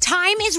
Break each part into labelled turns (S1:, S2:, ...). S1: Time is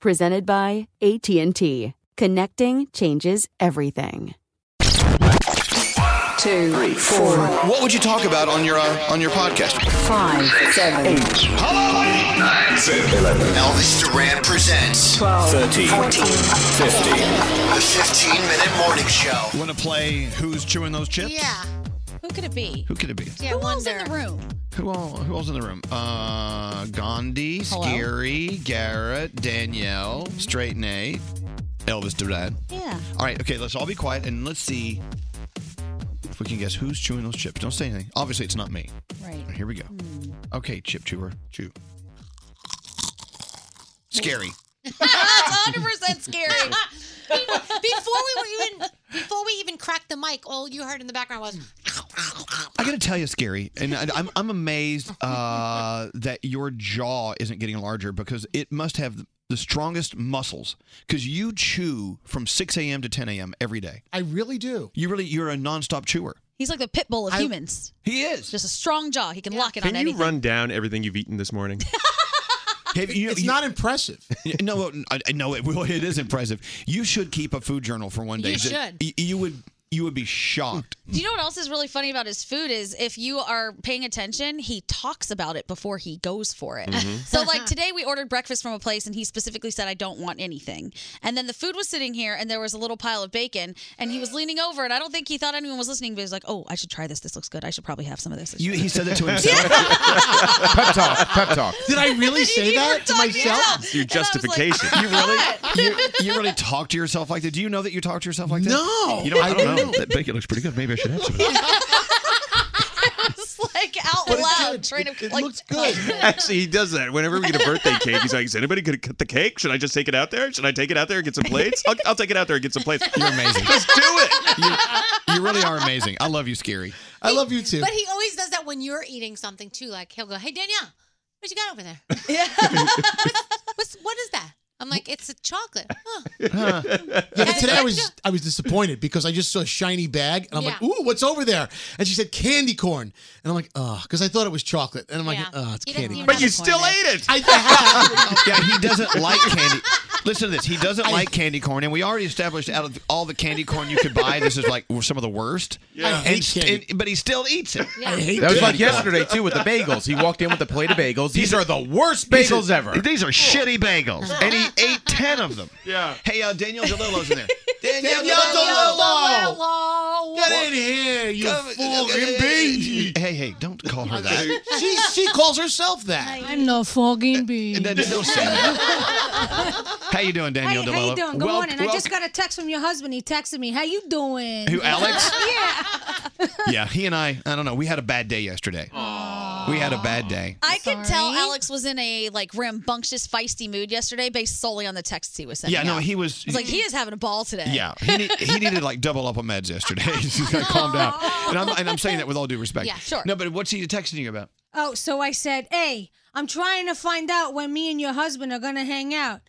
S2: presented by AT&T. Connecting changes everything.
S3: Two, three, four.
S4: What would you talk about on your uh, on your podcast?
S3: Five, seven, eight,
S4: Nine, ten, eleven. Elvis Duran presents
S3: twelve,
S5: 13,
S3: fourteen,
S5: 15.
S4: the 15 minute morning show.
S6: Want to play Who's Chewing Those Chips?
S7: Yeah. Who could it be?
S6: Who could it be?
S7: Yeah, Who else in the room?
S6: Who all, who all's in the room? Uh, Gandhi, Scary, Garrett, Danielle, Straight Nate, Elvis Duran.
S7: Yeah.
S6: All right, okay, let's all be quiet and let's see if we can guess who's chewing those chips. Don't say anything. Obviously, it's not me.
S7: Right. Hmm.
S6: Here we go. Okay, chip chewer, chew. Scary.
S7: hundred percent scary. before we were even before we even cracked the mic, all you heard in the background was
S6: I gotta tell you, Scary, and I, I'm I'm amazed uh, that your jaw isn't getting larger because it must have the strongest muscles because you chew from 6 a.m. to 10 a.m. every day.
S8: I really do.
S6: You really you're a nonstop chewer.
S9: He's like the pit bull of humans.
S6: He is.
S9: Just a strong jaw. He can lock it
S5: Can
S9: on
S5: you
S9: anything.
S5: run down everything you've eaten this morning?
S6: it's not impressive. no, I- I- no, it, well, it is impressive. You should keep a food journal for one day.
S9: You
S6: That-
S9: should.
S6: y- You would you would be shocked.
S9: Do you know what else is really funny about his food is if you are paying attention, he talks about it before he goes for
S6: Mm-hmm.
S9: it.
S10: Mhm.
S9: So like today we ordered breakfast from a place and he specifically said I don't want anything. And then the food was sitting here and there was a little pile of bacon and he was leaning over and I don't think he thought anyone was listening but he was like, "Oh, I should try this. This looks good. I should probably have some of this."
S6: You, he said that to
S8: pep talk. Oh, Pep talk.
S6: Did I really
S8: say that to myself?
S5: Your justification.
S6: you really, you, you really talk to yourself like that. Do you know that you talk to yourself like that?
S8: No.
S6: you know, I
S5: I
S6: don't know.
S5: don't.
S6: That bacon looks pretty good. Maybe I should have some.
S9: It's like out
S6: But it
S9: loud. out trying to like. looks
S6: good.
S5: Actually, he does that whenever we get a birthday cake. He's like, "Is anybody gonna cut the cake? Should I just take it out there? Should I take it out there and get some plates? I'll, I'll take it out there and get some plates." You're amazing. Let's do it.
S6: You really are amazing. I love you, Scary.
S5: I love you too.
S7: But he always does that when you're eating something too. Like he'll go, "Hey Danielle, what you got over there? what's, what's what is that?" I'm like, "It's a chocolate." Huh.
S8: Huh. Yeah, but today I was I was disappointed because I just saw a shiny bag and I'm like,
S7: Yeah.
S8: ooh, what's over there? And she said candy corn, and I'm like, oh, because I thought it was chocolate, and I'm like,
S7: Yeah.
S8: oh, it's
S7: You don't
S8: candy.
S7: even
S8: corn.
S7: But you still disappoint
S5: ate it.
S8: I, I have.
S6: yeah, he doesn't like candy. Listen to this. He doesn't like candy corn, and we already established out of all the candy corn you could buy, this is like some of the worst.
S8: Yeah. I
S6: And
S8: hate
S6: st-
S8: candy.
S6: and- but he still eats it.
S8: Yeah. I hate
S10: That was like
S6: candy corn.
S10: yesterday too with the bagels. He walked in with a plate of bagels. These are the worst
S6: These
S10: bagels
S6: are-
S10: ever.
S6: These are shitty bagels, and he ate ten of them. Yeah. Hey, uh, Daniel Delillo's in there. Daniel
S8: Daniel
S6: Delillo.
S7: Hello.
S8: Get in here, you
S6: Come- uh,
S8: fucking baby.
S6: Hey, hey, don't call her that.
S8: She she calls herself that.
S11: I'm no fucking bee.
S6: don't say How you doing, Daniel
S11: Hey,
S6: Delillo?
S11: how you doing? Good
S6: Wel-
S11: morning. I
S6: wel-
S11: just got a text from your husband. He texted me, "How you doing?"
S6: Who, Alex?
S11: yeah.
S6: yeah, he and I, I don't know. We had a bad day yesterday. We had a bad day.
S9: I could tell Alex was in a like rambunctious, feisty mood yesterday, based solely on the texts he was sending.
S6: Yeah, no,
S9: out.
S6: he was-
S9: I was like, he is having a ball today.
S6: Yeah, he, need, he needed like double up on meds yesterday. He's got to calm down. And I'm, and I'm saying that with all due respect.
S11: Yeah, sure.
S6: No, but what's he texting you about?
S11: Oh, so I said, "Hey, I'm trying to find out when me and your husband are gonna hang out."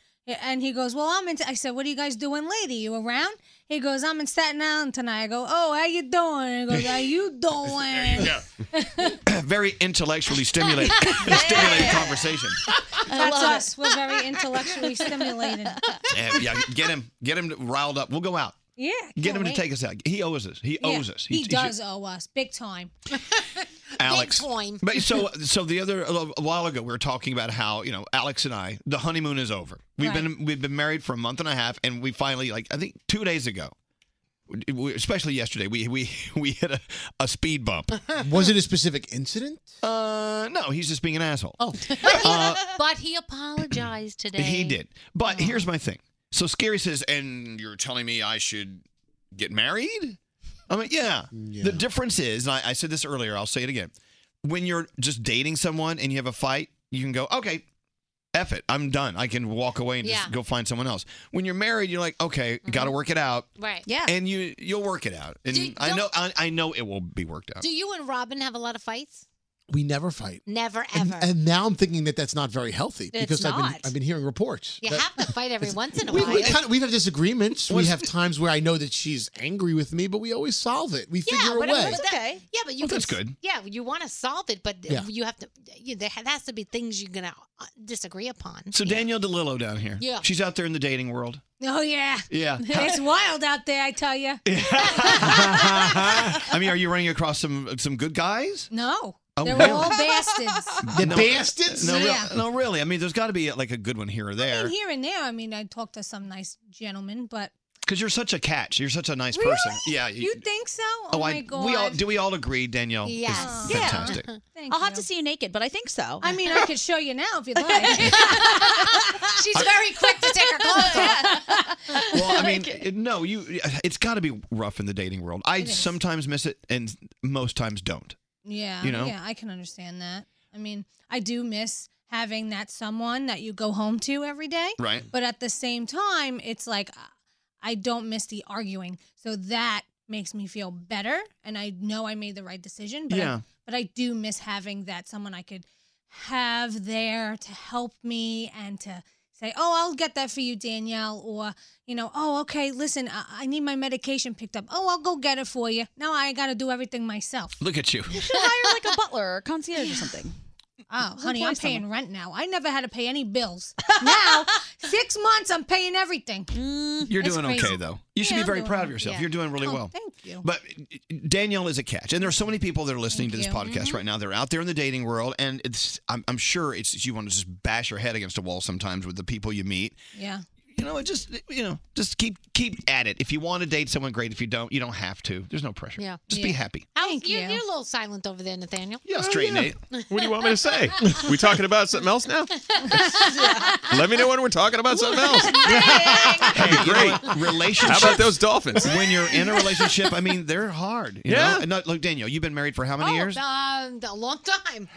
S11: And he goes, "Well, I'm in." T-. I said, "What are you guys doing, lady? You around?" He goes, "I'm in Staten Island tonight." I go, "Oh, how you doing?" He goes, "How you doing?"
S6: Very intellectually stimulated, stimulated conversation.
S11: That's
S9: love it.
S11: us. We're very intellectually stimulated.
S6: Yeah, yeah, get him, get him riled up. We'll go out.
S11: Yeah.
S6: Get
S11: can't
S6: him
S11: wait.
S6: to take us out. He owes us. He
S11: Yeah,
S6: owes us.
S11: He,
S6: should-
S11: does owe us big time.
S6: Alex.
S11: Big time.
S6: But so so the other a little- a while ago we were talking about how you know Alex and I the honeymoon is over. We've been we've been married for a month and a half, and we finally like I think two days ago, we- especially yesterday, we we we hit a, a speed bump.
S8: Was it a specific incident?
S6: Uh, no, he's just being an asshole. Uh,
S8: Oh,
S7: but he apologized today.
S6: He did.
S7: Uh-huh.
S6: But here's my thing. So Scary says, and you're telling me I should get married? I mean, yeah. The difference is, and I, I said this earlier, I'll say it again. When you're just dating someone and you have a fight, you can go, okay, F it. I'm done. I can walk away and
S7: Yeah. Mm-hmm.
S6: just go find someone else. When you're married, you're like, okay, gotta work it out.
S7: Right.
S6: And you you'll work it out. And I know I, I know it will be worked out.
S7: Do you and Robin have a lot of fights?
S8: we never fight.
S7: Never
S8: And,
S7: ever.
S8: and now I'm thinking that that's not very healthy
S7: It's
S8: because I've been
S7: not.
S8: I've been hearing reports.
S7: you
S8: that-
S7: have to fight every once in a
S8: we,
S7: while.
S8: we kind of, we've had disagreements. We have times where I know that she's angry with me, but we always solve it. We figure a
S7: but-
S8: way.
S7: but that- yeah, but you.
S8: Well,
S7: can
S8: that's
S7: s-
S8: good.
S7: Yeah, you want to solve it, but uh,
S6: Yeah.
S7: you have to. You, there has to be things you're gonna uh, disagree upon.
S6: So Danielle DeLillo down here.
S7: Yeah.
S6: She's out there in the dating world.
S11: Oh yeah.
S6: Yeah.
S11: It's wild out there, I tell you.
S6: Uh-huh. I mean, are you running across some some good guys?
S11: No.
S6: Oh,
S11: They're
S6: really?
S11: all bastards.
S6: The
S8: bastards?
S6: No,
S11: Yeah.
S6: real- no, really. I mean, there's got to be like a good one here or
S11: I
S6: there.
S11: mean, here and there, I mean, I talked to some nice gentlemen, but
S6: Because you're such a catch. You're such a nice
S11: Really?
S6: person. Yeah.
S11: you think so? Oh,
S6: oh,
S11: my
S6: I.
S11: god.
S6: We all do. We all agree, Danielle. is Fantastic.
S11: Thank I'll have to
S9: see you naked, but I think so.
S11: I mean, I could show you now if you'd like.
S7: She's very quick to take her clothes off.
S6: Well, I mean, it- no, you. It's got to be rough in the dating world. I
S11: It is.
S6: sometimes miss it, and most times don't.
S11: Yeah.
S6: You know?
S11: Yeah, I can understand that. I mean, I do miss having that someone that you go home to every day.
S6: Right.
S11: But at the same time, it's like uh, I don't miss the arguing. So that makes me feel better and I know I made the right decision, but
S6: Yeah.
S11: I, but I do miss having that someone I could have there to help me and to say, "Oh, I'll get that for you, Danielle," or you know, "Oh, okay, listen, I, I need my medication picked up. Oh, I'll go get it for you." Now I got to do everything myself.
S6: Look at you.
S9: You should hire like a butler or a concierge or something.
S11: Oh,
S9: Who
S11: honey, I'm
S9: employs
S11: paying rent now. I never had to pay any bills. Now, six months, I'm paying everything.
S9: Mm,
S6: You're doing okay though. You should
S11: Yeah,
S6: be
S11: I'm
S6: very
S11: doing
S6: proud of
S11: okay.
S6: yourself.
S11: Yeah.
S6: You're doing really
S11: Oh,
S6: well.
S11: thank you.
S6: But Danielle is a catch, and there are so many people that are listening to this
S11: Thank you. Mm-hmm.
S6: podcast right now. They're out there in the dating world, and it's I'm, I'm sure it's you want to just bash your head against a wall sometimes with the people you meet.
S11: Yeah.
S6: You know, it just you know, just keep keep at it. If you want to date someone, great. If you don't, you don't have to. There's no pressure.
S7: Yeah.
S6: Just be happy.
S7: How, you, Oh, are a little silent over there, Nathaniel.
S6: Yeah, straight Nate.
S5: What do you want me to say? We talking about something else now? Let me know when we're talking about something else. That'd be great.
S6: Relationship.
S5: How about those dolphins?
S6: When you're in a relationship, I mean, they're hard. You
S5: Yeah.
S6: Know? And not- look, Daniel, you've been married for how many
S7: oh,
S6: years?
S7: um, a long time.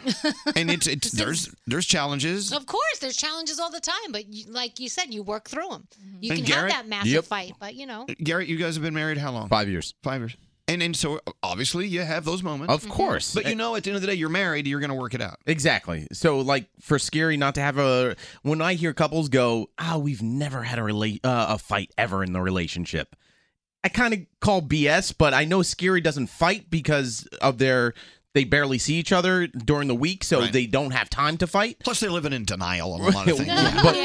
S6: And it's, it's there's there's challenges.
S7: Of course, there's challenges all the time, but you, like you said, you work through them. You
S6: And
S7: can
S6: Garrett-
S7: have that massive
S6: Yep.
S7: fight, but you know.
S6: Garrett, you guys have been married how long?
S10: Five years.
S6: Five years. And and so obviously you have those moments.
S9: Mm-hmm.
S10: Of course.
S6: But you know, at the end of the day, you're married. You're going to work it out.
S10: Exactly. So, like, for scary not to have a. When I hear couples go, "Ah, we've never had a rela- uh, a fight ever in the relationship," I kind of call BS. But I know scary doesn't fight because of their they barely see each other during the week, so they don't have time to fight.
S6: Plus, they're living in denial on a lot of things.
S10: but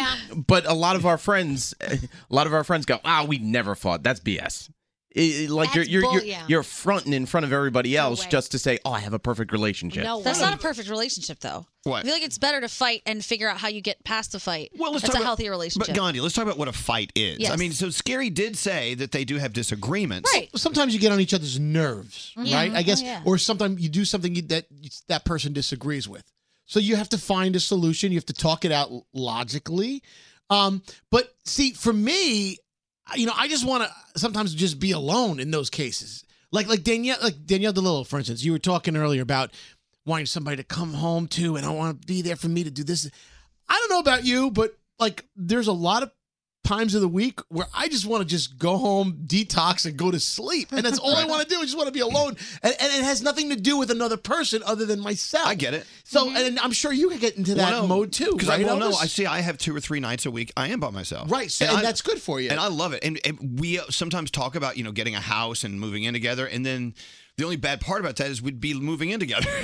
S10: but a lot of our friends, a lot of our friends go, "Ah, we never fought." That's BS. It- it- like
S9: That's
S10: you're you're
S9: bull,
S10: you're,
S9: yeah.
S10: you're fronting in front of everybody else
S9: way.
S10: just to say, "Oh, I have a perfect relationship."
S9: That's not a perfect relationship, though.
S6: What?
S9: I feel like it's better to fight and figure out how you get past the fight. Well,
S6: let's
S9: That's a
S6: talk about-
S9: healthy relationship.
S6: But Gandhi, let's talk about what a fight is. I
S9: Yes.
S6: mean, so Scary did say that they do have disagreements.
S9: Right.
S8: Sometimes you get on each other's nerves,
S6: Mhm.
S8: right? I guess,
S6: Oh, yeah.
S8: or sometimes you do something you- that that person disagrees with. So you have to find a solution. You have to talk it out logically. Um, but see, for me, you know, I just want to sometimes just be alone in those cases. Like like Danielle, like Danielle DeLillo, for instance. You were talking earlier about wanting somebody to come home to, and I want to be there for me to do this. I don't know about you, but like, there's a lot of times of the week where I just want to just go home, detox, and go to sleep. And that's all I want to do. I just want to be alone. And, and it has nothing to do with another person other than myself. I get
S6: it.
S8: So,
S9: Mm-hmm.
S8: and I'm sure you could get into that mode too.
S6: Because
S8: right,
S6: I well, no,
S8: Elvis?
S6: I see. I have two or three nights a week. I am by myself.
S8: Right, so- and
S6: I-
S8: that's good for you.
S6: And I love it. And, and we uh, sometimes talk about you know getting a house and moving in together, and then the only bad part about that is we'd be moving in together.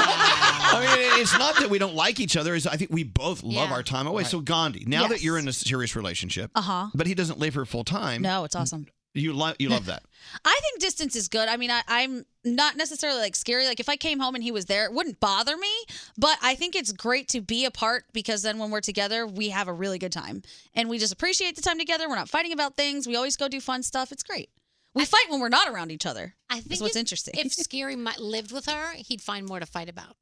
S6: I mean, it's not that we don't like each other. Is I think we both love
S9: Yeah.
S6: our time away.
S9: Right.
S6: So Gandhi, now that
S9: Yes.
S6: you're in a serious relationship,
S8: Uh-huh.
S9: Uh huh.
S6: but he doesn't live here full time.
S9: No, it's awesome.
S6: You love you love that.
S9: I think distance is good. I mean, I, I'm not necessarily like scary. Like if I came home and he was there, it wouldn't bother me. But I think it's great to be apart because then when we're together, we have a really good time and we just appreciate the time together. We're not fighting about things. We always go do fun stuff. It's great. We fight when we're not around each other.
S7: I
S9: That's
S7: think
S9: what's
S7: if,
S9: interesting.
S7: if Scary mi- lived with her, he'd find more to fight about.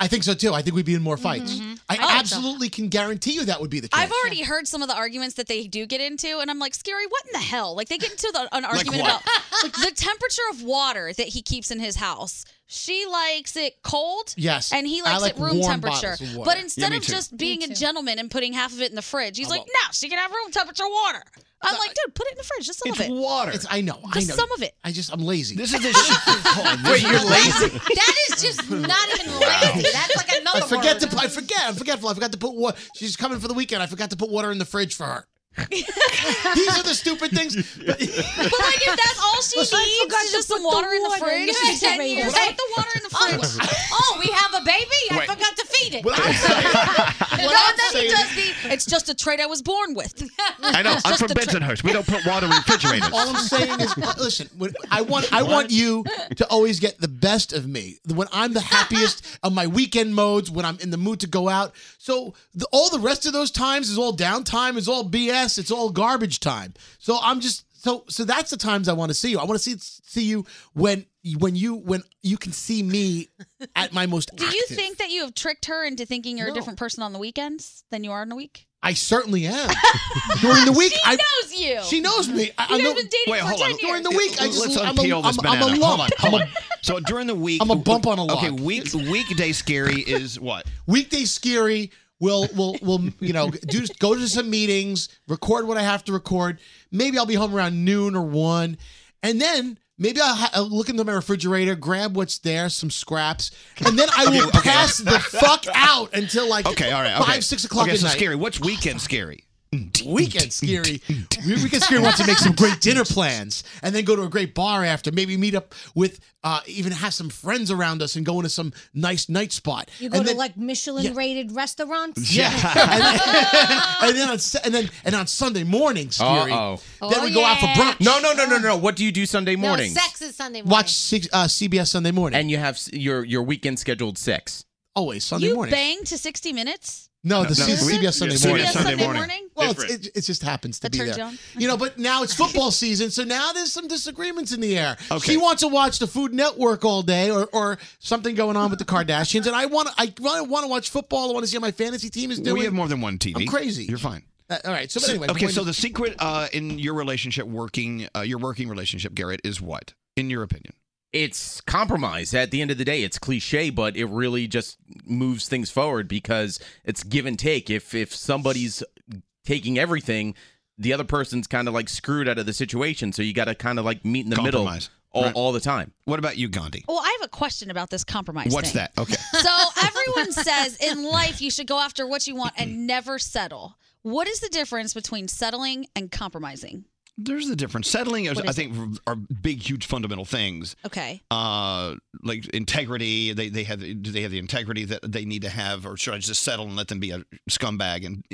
S8: I think so too. I think we'd be in more fights.
S9: Mm-hmm.
S7: Mhm.
S8: I,
S7: I think so.
S8: absolutely can guarantee you that would be the case.
S9: I've already heard some of the arguments that they do get into, and I'm like, Scary, what in the hell? Like, they get into the, an argument
S8: what?
S9: about like, the temperature of water that he keeps in his house. She likes it cold.
S7: Yes.
S9: And he
S7: I
S9: likes
S7: like
S9: it room
S7: warm
S9: temperature.
S7: bottles of water.
S9: But
S7: Yeah,
S9: instead
S7: me
S9: of
S7: too.
S9: just being a gentleman and putting half of it in the fridge, he's
S7: I
S9: like,
S7: love
S9: no, she can have room temperature water. I'm like, dude, put it in the fridge, just some of it.
S8: It's, I know. I
S9: Just
S8: know.
S9: some of it.
S8: I just, I'm lazy. This
S6: is the
S8: Wait, you're
S7: lazy? that is just not even lazy. That's like another
S8: I forget
S7: word.
S8: to. I forget. I'm forgetful. I forgot to put water. She's coming for the weekend. I forgot to put water in the fridge for her. These are the stupid things.
S9: But like, if that's all she needs,
S8: Listen, I forgot
S9: is
S8: to
S9: just some
S8: put the
S9: water in the
S8: water in
S9: fridge.
S8: the
S9: She's ten
S8: refrigerator.
S9: years.
S8: Hey.
S9: Put the water in the fridge.
S7: Oh, we have a baby? I
S9: Wait.
S7: forgot to feed it.
S9: No,
S7: I'm
S9: then
S7: saying-
S9: he does the. It's just a trait I was born with.
S6: I know. I'm from Bensonhurst. We don't put water in refrigerators.
S8: All I'm saying is, listen. When, I want. I want you to always get the best of me. When I'm the happiest on my weekend modes, when I'm in the mood to go out. So the, all the rest of those times is all downtime. Is all BS. It's all garbage time. So I'm just. So so that's the times I want to see you. I want to see see you when when you when you can see me at my most.
S9: Do you think that you have tricked her into thinking you're a
S8: No.
S9: different person on the weekends than you are in a week?
S8: I certainly am. During the week,
S9: She
S8: I,
S9: knows you.
S8: She knows me. I,
S9: You
S8: I
S9: guys
S8: know,
S9: been dating
S6: Wait, hold on.
S8: During the week, I just
S6: let's
S8: I'm
S6: unpeel
S8: a,
S6: this
S8: I'm, I'm
S6: banana.
S8: a
S6: hold
S8: lump.
S6: on, hold on. So during the week, I'm a
S8: bump on a log.
S6: Okay, week weekday scary is what?
S8: Weekday scary. We'll we'll we'll you know do go to some meetings, record what I have to record. Maybe I'll be home around noon or one, and then. Maybe I'll, ha- I'll look into my refrigerator, grab what's there, some scraps, and then I will
S6: Okay, okay.
S8: pass the fuck out until like
S6: Okay, all right. Okay.
S8: five, six o'clock
S6: Okay,
S8: at
S6: so
S8: night.
S6: scary. What's weekend scary?
S8: Weekend Scary. We- Weekend Scary wants to make some great dinner plans and then go to a great bar after. Maybe meet up with, uh, even have some friends around us and go into some nice night spot.
S11: You go
S8: and
S11: to
S8: then,
S11: like Michelin rated restaurants.
S8: yeah. and, then, and then on Sa- and then and on Sunday morning, Scary.
S10: Uh-oh.
S8: Then we go out for brunch.
S10: No, no, no, no, no. What do you do Sunday
S7: No,
S10: morning?
S7: sex is Sunday morning.
S8: Watch six, uh, CBS Sunday morning.
S10: And you have s- your your weekend scheduled six.
S8: Always Sunday
S9: You bang to 60 minutes?
S8: No,
S5: No,
S8: the
S5: no.
S8: C-
S5: Is it?
S8: CBS Sunday
S5: Yeah,
S8: morning.
S5: CBS Sunday Sunday morning. morning?
S8: Well, it's,
S5: Different.
S8: it, it just happens to
S5: That
S8: be
S5: turns
S8: there.
S5: you on?
S8: You know, but now it's football season, so now there's some disagreements in the air.
S5: Okay.
S8: She wants to watch the Food Network all day, or, or something going on with the Kardashians, and I want I want to watch football. I want to see how my fantasy team is doing.
S6: we have more than one TV.
S8: I'm crazy.
S6: You're fine.
S8: Uh, all right. So, but anyway,
S6: okay.
S8: when-
S6: So the secret uh, in your relationship, working uh, your working relationship, Garrett, is what, in your opinion?
S10: it's compromise at the end of the day it's cliche but it really just moves things forward because it's give and take if if somebody's taking everything the other person's kind of like screwed out of the situation so you got to kind of like meet in the
S6: Compromise,
S10: middle all,
S6: right.
S10: all the time
S6: what about you gandhi
S9: Well, I have a question about this compromise.
S10: What's
S9: thing.
S10: that? Okay.
S9: So everyone says in life you should go after what you want and never settle. What is the difference between settling and compromising?
S6: There's the difference. Settling, is,
S9: What
S6: I
S9: is
S6: think, are big, huge, fundamental things.
S9: Okay.
S6: Uh, like integrity. They they have do they have the integrity that they need to have, or should I just settle and let them be a scumbag? And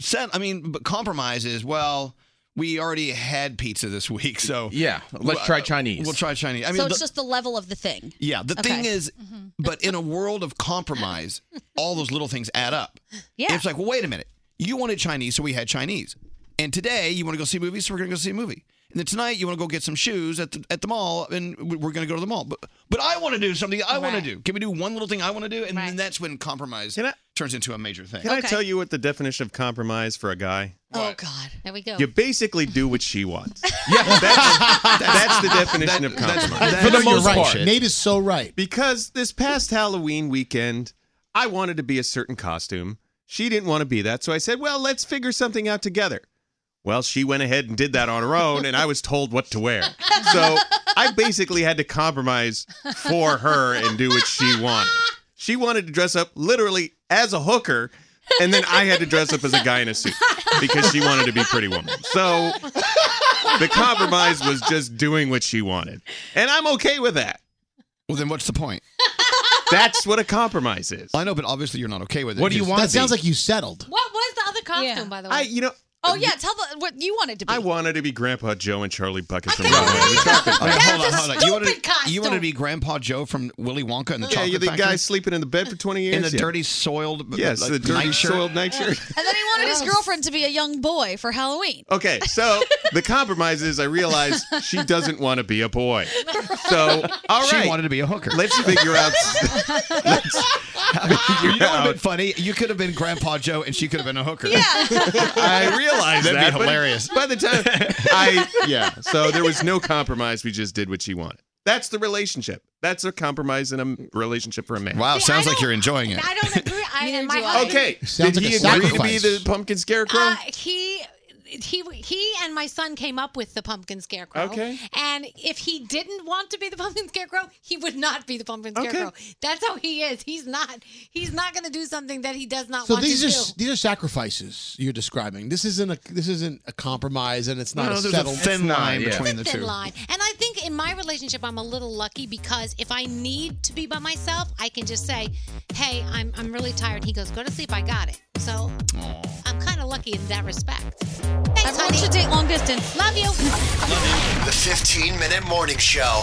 S6: set. I mean, but compromise is well. We already had pizza this week, so
S10: yeah, let's try Chinese.
S6: We'll try Chinese. I mean,
S9: so it's
S6: the-
S9: just the level of the thing.
S6: yeah. The
S9: Okay. Mm-hmm.
S6: thing is, but in a world of compromise, all those little things add up.
S9: Yeah.
S6: It's like, well, wait a minute. You wanted Chinese, so we had Chinese. And today you want to go see a movie, so we're going to go see a movie. And then tonight you want to go get some shoes at the, at the mall, and we- we're going to go to the mall. But but I want to do something I want to
S5: Right.
S6: do. Can we do one little thing I want to do? And then that's when compromise turns into a major thing.
S5: Can I tell you what the definition of compromise for a guy?
S7: Oh God, there we go.
S5: You basically do what she wants. yeah, that's, that's the definition of compromise.
S8: For the most part, Nate is so right.
S5: Because this past Halloween weekend, I wanted to be a certain costume. She didn't want to be that, so I said, "Well, let's figure something out together." Well, she went ahead and did that on her own, and I was told what to wear. So I basically had to compromise for her and do what she wanted. She wanted to dress up literally as a hooker, and then I had to dress up as a guy in a suit because she wanted to be pretty woman. So the compromise was just doing what she wanted. And I'm okay with that.
S6: Well, then what's the point?
S5: That's what a compromise is.
S6: I know, but obviously you're not okay with it.
S5: What do you want?
S8: That sounds like you settled.
S9: What was the other costume, by the way?
S5: I- you know.
S9: Oh yeah, tell the what you wanted to be.
S5: I wanted to be Grandpa Joe and Charlie Bucket from Robin
S6: All right, hold on,
S9: That's a
S6: hold on. You wanna-
S9: stupid
S6: You want to
S9: costume.
S6: be Grandpa Joe from Willy Wonka and the
S5: Yeah,
S6: Chocolate
S5: you're the
S6: Factory?
S5: guy sleeping in the bed for 20 years.
S6: In the
S5: yeah.
S6: dirty, soiled,
S5: Yes,
S6: like,
S5: the dirty,
S6: nightshirt.
S5: soiled nightshirt.
S9: and then he wanted his girlfriend to be a young boy for Halloween.
S5: Okay, so the compromise is I realize she doesn't want to be a boy. So, all
S6: She
S5: right.
S6: wanted to be a hooker.
S5: Let's figure out.
S6: you know what would have been funny? You could have been Grandpa Joe and she could have been a hooker. Yeah.
S5: I realized
S6: That'd
S5: that,
S6: be
S5: but
S6: hilarious.
S5: By the time I, yeah, so there was no compromise. We just did what she wanted. That's the relationship. That's a compromise in a relationship for a man.
S6: Wow, sounds like you're enjoying it.
S7: I don't agree. I, and my husband-
S5: Okay,
S6: Sounds
S5: did
S6: like
S5: he agree
S6: a
S5: to be
S6: sacrifice.
S5: the pumpkin scarecrow?
S7: Uh, he he he and my son came up with the pumpkin scarecrow.
S5: Okay.
S7: And if he didn't want to be the pumpkin scarecrow, he would not be the pumpkin
S8: Okay.
S7: scarecrow. That's how he is. He's not. He's not going to do something that he does not
S8: So
S7: want
S8: these
S7: to
S8: are
S7: do.
S8: these are sacrifices you're describing. This isn't a this isn't a compromise, and it's not
S6: No,
S8: a
S6: there's a
S8: settled
S6: thin It's not, line yeah. between
S7: Thin line. And I think in my relationship, I'm a little lucky because if I need to be by myself, I can just say, "Hey, I'm I'm really tired." He goes, "Go to sleep. I got it." So I'm kind of lucky in that respect. Thanks, I honey.
S9: date long distance.
S7: Love you.
S4: The 15 minute morning show.